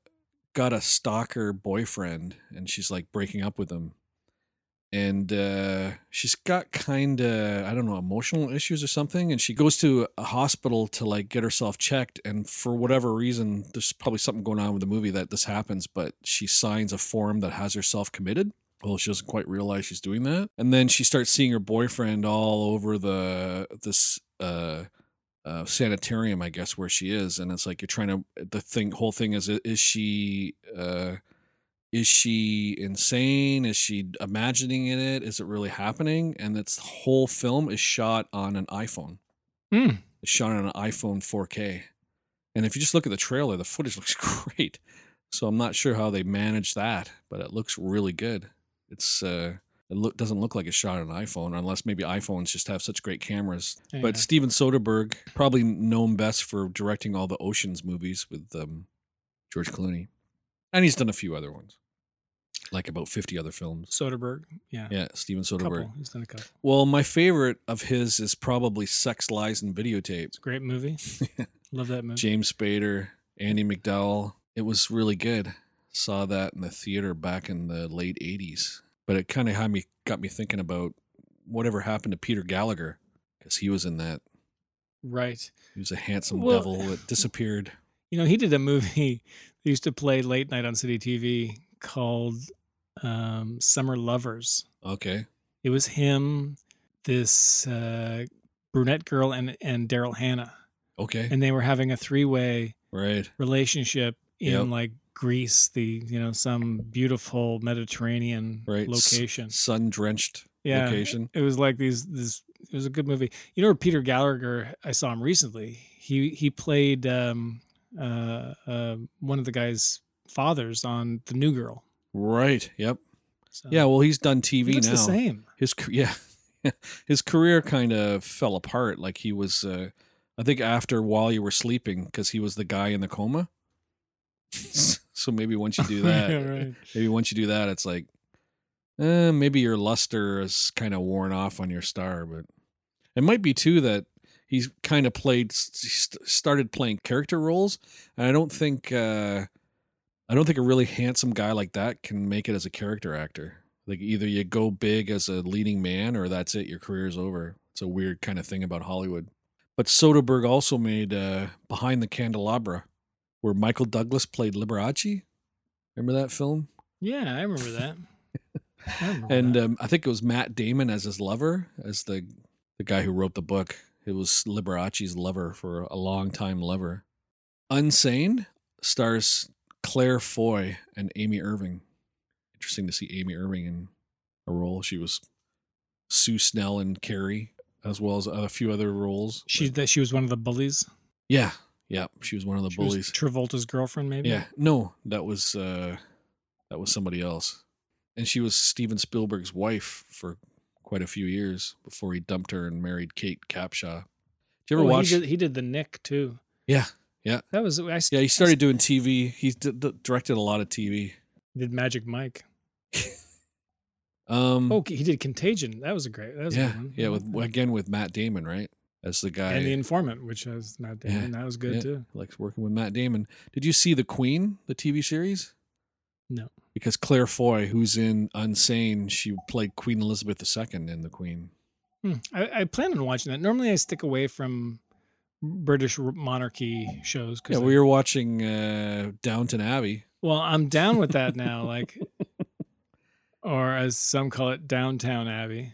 Speaker 1: got a stalker boyfriend, and she's like breaking up with him, and uh, she's got kind of I don't know emotional issues or something, and she goes to a hospital to like get herself checked, and for whatever reason, there's probably something going on with the movie that this happens, but she signs a form that has herself committed. Well, she doesn't quite realize she's doing that, and then she starts seeing her boyfriend all over the this. Uh, uh, sanitarium, I guess, where she is, and it's like you're trying to. uh, The thing, whole thing is, is she, uh, is she insane? Is she imagining it? Is it really happening? And this whole film is shot on an iPhone.
Speaker 2: Hmm.
Speaker 1: It's shot on an iPhone 4K, and if you just look at the trailer, the footage looks great. So I'm not sure how they managed that, but it looks really good. It's uh, it look, doesn't look like it's shot on an iPhone, unless maybe iPhones just have such great cameras. But
Speaker 2: Yeah.
Speaker 1: Steven Soderbergh, probably known best for directing all the Ocean's movies with um, George Clooney, and he's done a few other ones, like about 50 other films.
Speaker 2: Soderbergh. Yeah.
Speaker 1: Yeah, Steven
Speaker 2: A
Speaker 1: Soderbergh.
Speaker 2: couple. He's done a couple.
Speaker 1: Well, my favorite of his is probably Sex, Lies, and Videotape.
Speaker 2: It's a great movie. Love that movie.
Speaker 1: James Spader, Andy McDowell. It was really good. Saw that in the theater back in the late '80s, but it kind of had me got me thinking about whatever happened to Peter Gallagher because he was in that.
Speaker 2: Right.
Speaker 1: He was a handsome
Speaker 2: Well-
Speaker 1: devil that disappeared.
Speaker 2: You know, he did a movie that used to play late night on City TV called um, Summer Lovers.
Speaker 1: Okay,
Speaker 2: It was him, this uh, brunette girl, and and Daryl Hannah,
Speaker 1: okay,
Speaker 2: and they were having a three way
Speaker 1: right.
Speaker 2: relationship in
Speaker 1: Yep.
Speaker 2: like Greece, the you know some beautiful Mediterranean
Speaker 1: Right, s-
Speaker 2: location.
Speaker 1: Sun drenched
Speaker 2: Yeah.
Speaker 1: location.
Speaker 2: It was like these this it was a good movie. You know Peter Gallagher, I saw him recently. He he played um uh, uh one of the guy's fathers on The New Girl.
Speaker 1: Right. Yep.
Speaker 2: So
Speaker 1: Yeah. Well, he's done
Speaker 2: Uh, he
Speaker 1: TV
Speaker 2: looks
Speaker 1: now.
Speaker 2: the same.
Speaker 1: his ca- yeah his career kind of fell apart like he was uh i think after while you were sleeping because he was the guy in the coma so maybe once you do that
Speaker 2: Yeah, right.
Speaker 1: maybe once you do that it's like eh, maybe your luster is kind of worn off on your star but it might be too that he's kind of played s- st- started playing character roles and i don't think uh i don't think a really handsome guy like that can make it as a character actor like either you go big as a leading man or that's it your career's over it's a weird kind of thing about hollywood but soderbergh also made uh behind the candelabra where michael douglas played liberace remember that film
Speaker 2: Yeah, I remember that. I remember
Speaker 1: and
Speaker 2: that.
Speaker 1: um, I think it was Matt Damon as his lover, as the the guy who wrote the book. It was Liberace's lover for a long time lover. Unsane stars Claire Foy and Amy Irving. Interesting to see Amy Irving in a role. She was Sue Snell and Carrie, as well as a few other roles.
Speaker 2: she
Speaker 1: But-
Speaker 2: that she was one of the bullies.
Speaker 1: yeah, yeah, she was one of the
Speaker 2: She was
Speaker 1: bullies.
Speaker 2: Travolta's girlfriend, maybe.
Speaker 1: Yeah, no, that was uh that was somebody else. And she was Steven Spielberg's wife for quite a few years before he dumped her and married Kate Capshaw. Did you ever
Speaker 2: Oh,
Speaker 1: watch?
Speaker 2: He did, he did the Nick too.
Speaker 1: Yeah, yeah.
Speaker 2: That was I,
Speaker 1: yeah, he started doing TV. He d- d- directed a lot of TV.
Speaker 2: he did Magic Mike.
Speaker 1: Um
Speaker 2: Oh, he did Contagion. That was a great. That was a
Speaker 1: yeah,
Speaker 2: good one.
Speaker 1: yeah, with again with Matt Damon, right? As the guy
Speaker 2: and the informant, which was Matt
Speaker 1: Yeah,
Speaker 2: Damon. that was good
Speaker 1: yeah.
Speaker 2: too.
Speaker 1: likes working with Matt Damon. Did you see The Queen, the TV series?
Speaker 2: No.
Speaker 1: Because Claire Foy, who's in Unsane, she played Queen Elizabeth II in The Queen.
Speaker 2: Hmm. I, I plan on watching that. Normally, I stick away from British r- monarchy shows
Speaker 1: Yeah,
Speaker 2: because
Speaker 1: we were watching uh, Downton Abbey.
Speaker 2: well, I'm down with that now. Like, or as some call it, Downtown Abbey.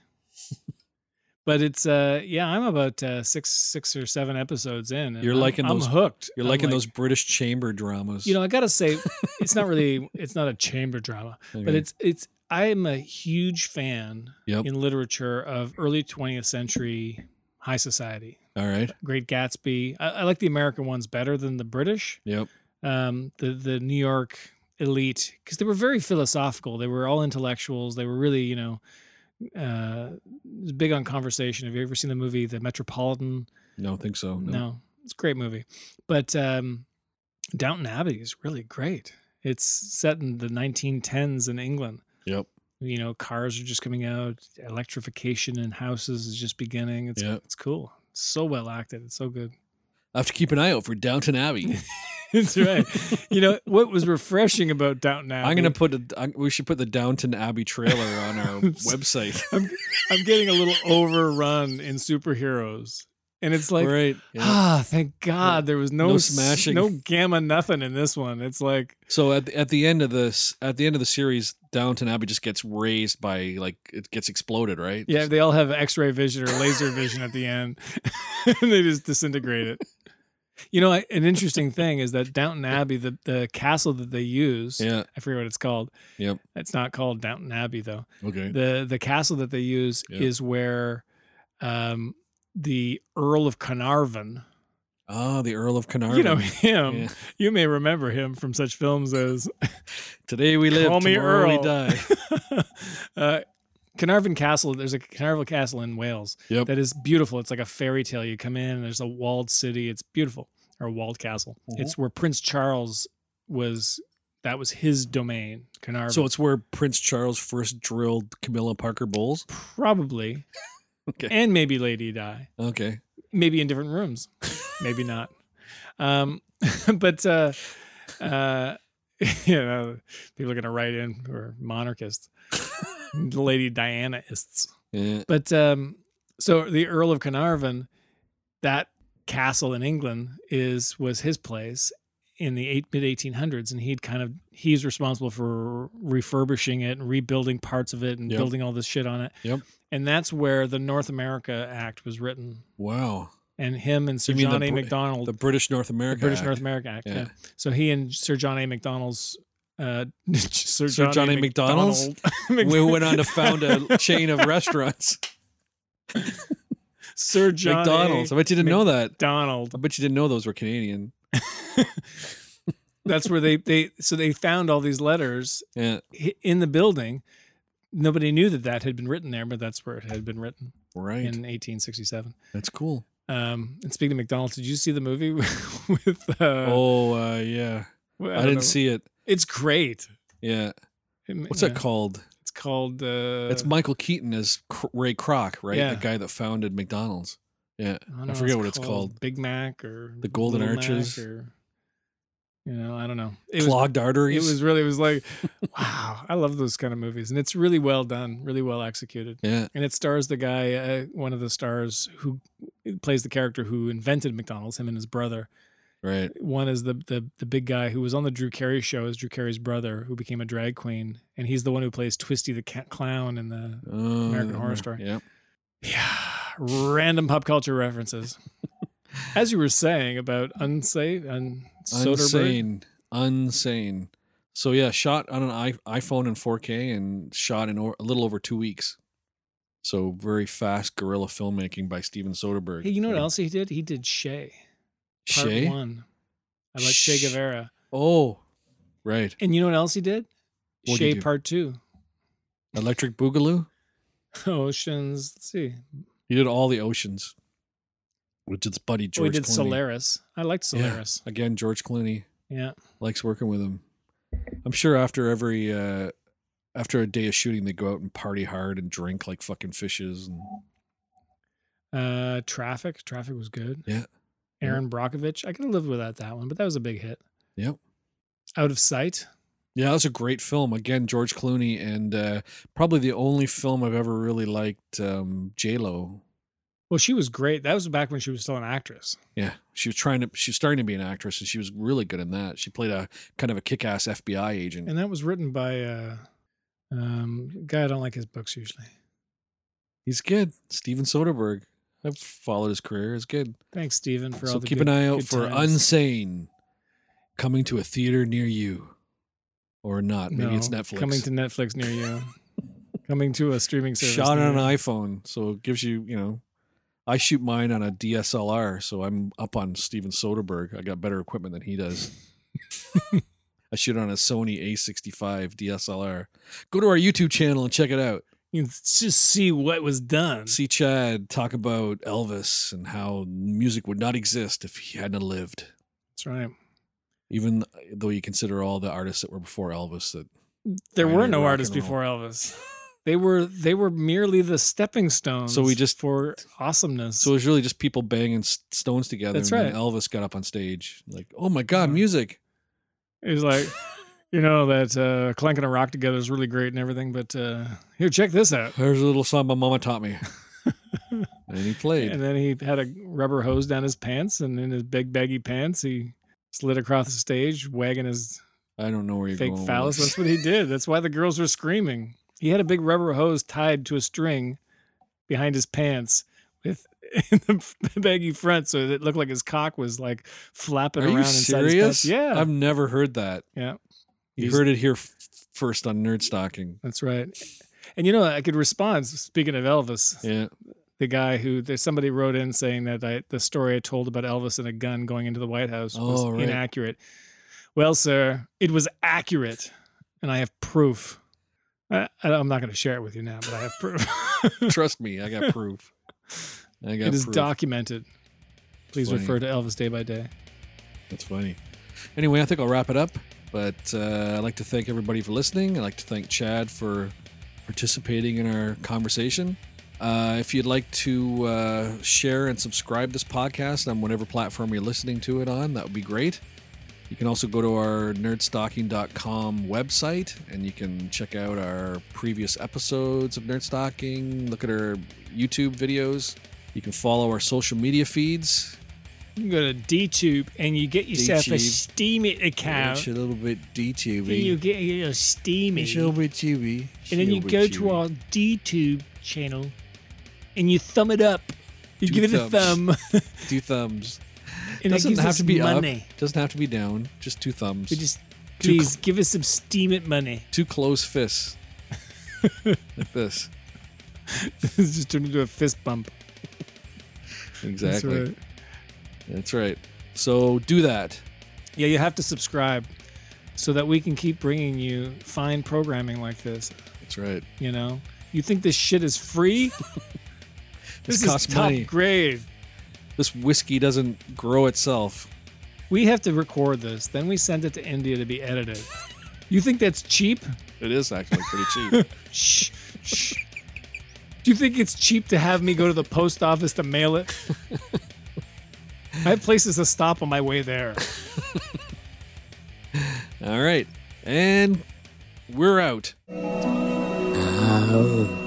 Speaker 2: But it's uh yeah, I'm about uh, six six or seven episodes in. and
Speaker 1: You're
Speaker 2: I'm-
Speaker 1: liking
Speaker 2: I'm
Speaker 1: those-
Speaker 2: hooked.
Speaker 1: You're
Speaker 2: I'm
Speaker 1: liking
Speaker 2: like-
Speaker 1: those British chamber dramas.
Speaker 2: You know, I gotta say, it's not really it's not a chamber drama, but
Speaker 1: Okay.
Speaker 2: it's it's I'm a huge fan
Speaker 1: Yep.
Speaker 2: in literature of early 20th century high society.
Speaker 1: All right.
Speaker 2: Great Gatsby. I, I like the American ones better than the British.
Speaker 1: Yep.
Speaker 2: um, the the New York elite because they were very philosophical. They were all intellectuals. They were really you know uh, big on conversation. Have you ever seen the movie The Metropolitan?
Speaker 1: No, I think so.
Speaker 2: No, it's a great movie. But um, Downton Abbey is really great. It's set in the 1910s in England.
Speaker 1: Yep.
Speaker 2: You know, cars are just coming out. Electrification in houses is just beginning. It's
Speaker 1: Yeah.
Speaker 2: it's cool. It's so well acted. It's so good.
Speaker 1: I have to keep an eye out for Downton Abbey.
Speaker 2: That's right. you know what was refreshing about Downton Abbey?
Speaker 1: I'm gonna put a. I, we should put the Downton Abbey trailer on our website.
Speaker 2: I'm getting a little overrun in superheroes. And it's like,
Speaker 1: right. Yeah.
Speaker 2: ah, thank God there was no,
Speaker 1: No
Speaker 2: s-
Speaker 1: smashing.
Speaker 2: no gamma nothing in this one. It's like,
Speaker 1: So at the, at the end of this, at the end of the series, Downton Abbey just gets raised by like it gets exploded, right?
Speaker 2: yeah, they all have x ray vision or laser vision at the end, and they just disintegrate it. You know, I- an interesting thing is that Downton Abbey, the, the castle that they use,
Speaker 1: Yeah.
Speaker 2: I forget what it's called.
Speaker 1: Yep.
Speaker 2: It's not called Downton Abbey, though.
Speaker 1: Okay.
Speaker 2: the the castle that they use
Speaker 1: Yeah.
Speaker 2: is where um the earl of carnarvon
Speaker 1: Ah, the Earl of Carnarvon.
Speaker 2: you know him
Speaker 1: Yeah.
Speaker 2: you may remember him from such films as
Speaker 1: Today we live,
Speaker 2: Call me
Speaker 1: tomorrow
Speaker 2: Earl.
Speaker 1: we die.
Speaker 2: uh carnarvon castle there's a carnarvon castle in wales
Speaker 1: Yep.
Speaker 2: that is beautiful it's like a fairy tale you come in and there's a walled city it's beautiful or a walled castle
Speaker 1: Mm-hmm.
Speaker 2: it's where prince charles was that was his domain carnarvon
Speaker 1: So it's where Prince Charles first drilled Camilla Parker Bowles.
Speaker 2: probably
Speaker 1: Okay.
Speaker 2: and maybe lady di
Speaker 1: Okay.
Speaker 2: maybe in different rooms maybe not um but uh uh you know people are gonna write in who are monarchists lady dianaists
Speaker 1: Yeah.
Speaker 2: but um so the earl of carnarvon that castle in england is was his place in the eight, mid 1800s and he'd kind of he's responsible for refurbishing it and rebuilding parts of it and
Speaker 1: Yep.
Speaker 2: building all this shit on it
Speaker 1: Yep.
Speaker 2: and that's where the north america act was written
Speaker 1: Wow.
Speaker 2: and him and Sir
Speaker 1: You mean the
Speaker 2: John A.
Speaker 1: Br-
Speaker 2: McDonald,
Speaker 1: The
Speaker 2: the,
Speaker 1: British North America.
Speaker 2: British
Speaker 1: Act.
Speaker 2: North America Act. Yeah.
Speaker 1: Yeah.
Speaker 2: So he and Sir John A. McDonald's, uh, Sir,
Speaker 1: Sir John A. McDonald's?
Speaker 2: McDonald-
Speaker 1: we went on to found a chain of restaurants.
Speaker 2: Sir John A.
Speaker 1: McDonald's. I bet you didn't know that.
Speaker 2: McDonald.
Speaker 1: I bet you didn't know those were Canadian.
Speaker 2: That's where they they so they found all these letters
Speaker 1: Yeah.
Speaker 2: hi- in the building. Nobody knew that that had been written there, but that's where it had been written
Speaker 1: Right.
Speaker 2: in 1867.
Speaker 1: That's cool.
Speaker 2: Um, and speaking of McDonald's, did you see the movie with? Uh,
Speaker 1: oh, uh, yeah.
Speaker 2: I,
Speaker 1: I,
Speaker 2: don't
Speaker 1: didn't
Speaker 2: know.
Speaker 1: see it.
Speaker 2: It's great.
Speaker 1: Yeah.
Speaker 2: It-
Speaker 1: What's
Speaker 2: yeah.
Speaker 1: that called?
Speaker 2: It's called. Uh,
Speaker 1: It's Michael Keaton as Cr- Ray Kroc, right?
Speaker 2: Yeah.
Speaker 1: The guy that founded McDonald's. Yeah.
Speaker 2: I, don't
Speaker 1: I
Speaker 2: know
Speaker 1: forget what it's called.
Speaker 2: Big Mac or
Speaker 1: The Golden
Speaker 2: Little Mac
Speaker 1: Arches.
Speaker 2: or you know, I don't know. It
Speaker 1: Clogged
Speaker 2: was it
Speaker 1: arteries.
Speaker 2: was really it was like wow, I love those kind of movies and it's really well done, really well executed.
Speaker 1: yeah.
Speaker 2: And it stars the guy, uh, one of the stars who plays the character who invented McDonald's, him and his brother.
Speaker 1: Right.
Speaker 2: One is the the the big guy who was on the Drew Carey show as Drew Carey's brother who became a drag queen and he's the one who plays Twisty the cat clown in the
Speaker 1: Uh,
Speaker 2: American Horror Story.
Speaker 1: Yeah.
Speaker 2: yeah, random pop culture references. As you were saying about unsafe and Soderbergh,
Speaker 1: Insane. Insane. So yeah, shot on an I- iPhone in 4K and shot in o- a little over two weeks. So very fast guerrilla filmmaking by Steven Soderbergh.
Speaker 2: hey, you know what else he did? He did Shay Part
Speaker 1: Shay.
Speaker 2: One. I like Shay
Speaker 1: Sh-
Speaker 2: Guevara,
Speaker 1: Oh, right.
Speaker 2: and you know what else he did?
Speaker 1: What'd he
Speaker 2: Shay
Speaker 1: do?
Speaker 2: Part Two,
Speaker 1: Electric Boogaloo.
Speaker 2: Oceans. Let's see,
Speaker 1: He did all the oceans, which is buddy
Speaker 2: oh,
Speaker 1: George.
Speaker 2: he did
Speaker 1: Clooney.
Speaker 2: Solaris. I liked Solaris.
Speaker 1: Again, George Clooney
Speaker 2: Yeah.
Speaker 1: likes working with him. I'm sure after every uh after a day of shooting, they go out and party hard and drink like fucking fishes. And
Speaker 2: Uh, Traffic. Traffic was good.
Speaker 1: Yeah.
Speaker 2: Aaron Brockovich. I could have lived without that one, but that was a big hit.
Speaker 1: yep.
Speaker 2: Out of sight.
Speaker 1: Yeah, that's a great film. Again, George Clooney, and uh, probably the only film I've ever really liked. Um, J Lo.
Speaker 2: Well, she was great. That was back when she was still an actress.
Speaker 1: Yeah, she was trying to. She was starting to be an actress, and she was really good in that. She played a kind of a kick-ass FBI agent.
Speaker 2: and that was written by uh um guy I don't like his books usually.
Speaker 1: He's good. Steven Soderbergh. I've followed his career. It's good.
Speaker 2: Thanks, Steven, for all
Speaker 1: So
Speaker 2: the
Speaker 1: keep
Speaker 2: good-
Speaker 1: an eye out
Speaker 2: good
Speaker 1: for
Speaker 2: times.
Speaker 1: Unsane coming to a theater near you. Or not. Maybe it's
Speaker 2: No,
Speaker 1: Netflix.
Speaker 2: Coming to Netflix near you. coming to a streaming service.
Speaker 1: Shot
Speaker 2: near
Speaker 1: on
Speaker 2: you.
Speaker 1: an iPhone. So it gives you, you know, I shoot mine on a DSLR. So I'm up on Steven Soderbergh. I got better equipment than he does. I shoot on a Sony A65 DSLR. Go to our YouTube channel and check it out.
Speaker 2: You can just see what was done.
Speaker 1: see Chad talk about Elvis and how music would not exist if he hadn't lived.
Speaker 2: That's right.
Speaker 1: Even though you consider all the artists that were before Elvis, that
Speaker 2: There
Speaker 1: Pioneer
Speaker 2: were no
Speaker 1: rock
Speaker 2: artists
Speaker 1: and
Speaker 2: before Elvis. They were they were merely the stepping stones.
Speaker 1: So we just-
Speaker 2: for awesomeness.
Speaker 1: so it was really just people banging s- stones together.
Speaker 2: That's
Speaker 1: and
Speaker 2: right. Mm-hmm.
Speaker 1: Then Elvis got up on stage, like, "Oh my God, music!"
Speaker 2: It was like, you know, that uh, clanking a rock together is really great and everything, but uh, here, check this out.
Speaker 1: Here's a little song my mama taught me, and he played.
Speaker 2: And then he had a rubber hose down his pants, and in his big baggy pants, he slid across the stage, wagging his
Speaker 1: I don't know where you're
Speaker 2: fake
Speaker 1: going. with
Speaker 2: phallus.
Speaker 1: this.
Speaker 2: That's what he did. That's why the girls were screaming. He had a big rubber hose tied to a string behind his pants with in the baggy front, so that it looked like his cock was like flapping
Speaker 1: Are
Speaker 2: around
Speaker 1: you
Speaker 2: inside his pants.
Speaker 1: serious?
Speaker 2: Yeah,
Speaker 1: I've never heard that.
Speaker 2: yeah.
Speaker 1: You
Speaker 2: He's-
Speaker 1: heard it here f- first on Nerd Stocking.
Speaker 2: That's right. And you know, I could respond. Speaking of Elvis,
Speaker 1: Yeah,
Speaker 2: the guy who there's somebody wrote in saying that I, the story I told about Elvis and a gun going into the White House was
Speaker 1: Oh, right.
Speaker 2: inaccurate. Well, sir, it was accurate, and I have proof. I, I, am not going to share it with you now, but I have proof.
Speaker 1: trust me, I got proof. I got
Speaker 2: it is
Speaker 1: proof.
Speaker 2: documented. Please
Speaker 1: Funny.
Speaker 2: refer to Elvis day by day.
Speaker 1: That's funny. Anyway, I think I'll wrap it up. But uh, I'd like to thank everybody for listening. I'd like to thank Chad for participating in our conversation. Uh, if you'd like to uh, share and subscribe this podcast on whatever platform you're listening to it on, that would be great. You can also go to our nerdstocking.com website and you can check out our previous episodes of Nerdstocking, look at our YouTube videos. You can follow our social media feeds.
Speaker 2: You can go to DTube and you get yourself a
Speaker 1: DTube.
Speaker 2: steamy account.
Speaker 1: It's a little bit
Speaker 2: And
Speaker 1: DTV.
Speaker 2: you get your steamy.
Speaker 1: bit chewy.
Speaker 2: and then you go to our DTube channel and you thumb it up. You
Speaker 1: Two
Speaker 2: give it a
Speaker 1: thumbs.
Speaker 2: thumb, and
Speaker 1: two thumbs.
Speaker 2: it
Speaker 1: doesn't
Speaker 2: gives
Speaker 1: have
Speaker 2: us
Speaker 1: to be
Speaker 2: money.
Speaker 1: up. Doesn't have to be down. Just two thumbs.
Speaker 2: We just
Speaker 1: Two
Speaker 2: please give us some steam it money.
Speaker 1: two close fists. like this.
Speaker 2: It's just turned into a fist bump.
Speaker 1: Exactly. That's right. So do that.
Speaker 2: Yeah, you have to subscribe so that we can keep bringing you fine programming like this.
Speaker 1: That's right.
Speaker 2: You know, you think this shit is free?
Speaker 1: This,
Speaker 2: this
Speaker 1: costs
Speaker 2: is top
Speaker 1: money.
Speaker 2: grade.
Speaker 1: This whiskey doesn't grow itself.
Speaker 2: We have to record this, then we send it to India to be edited. You think that's cheap?
Speaker 1: It is actually pretty cheap.
Speaker 2: Shh, shh. Do you think it's cheap to have me go to the post office to mail it? I have places to stop on my way there.
Speaker 1: All right. And we're out.
Speaker 6: Oh.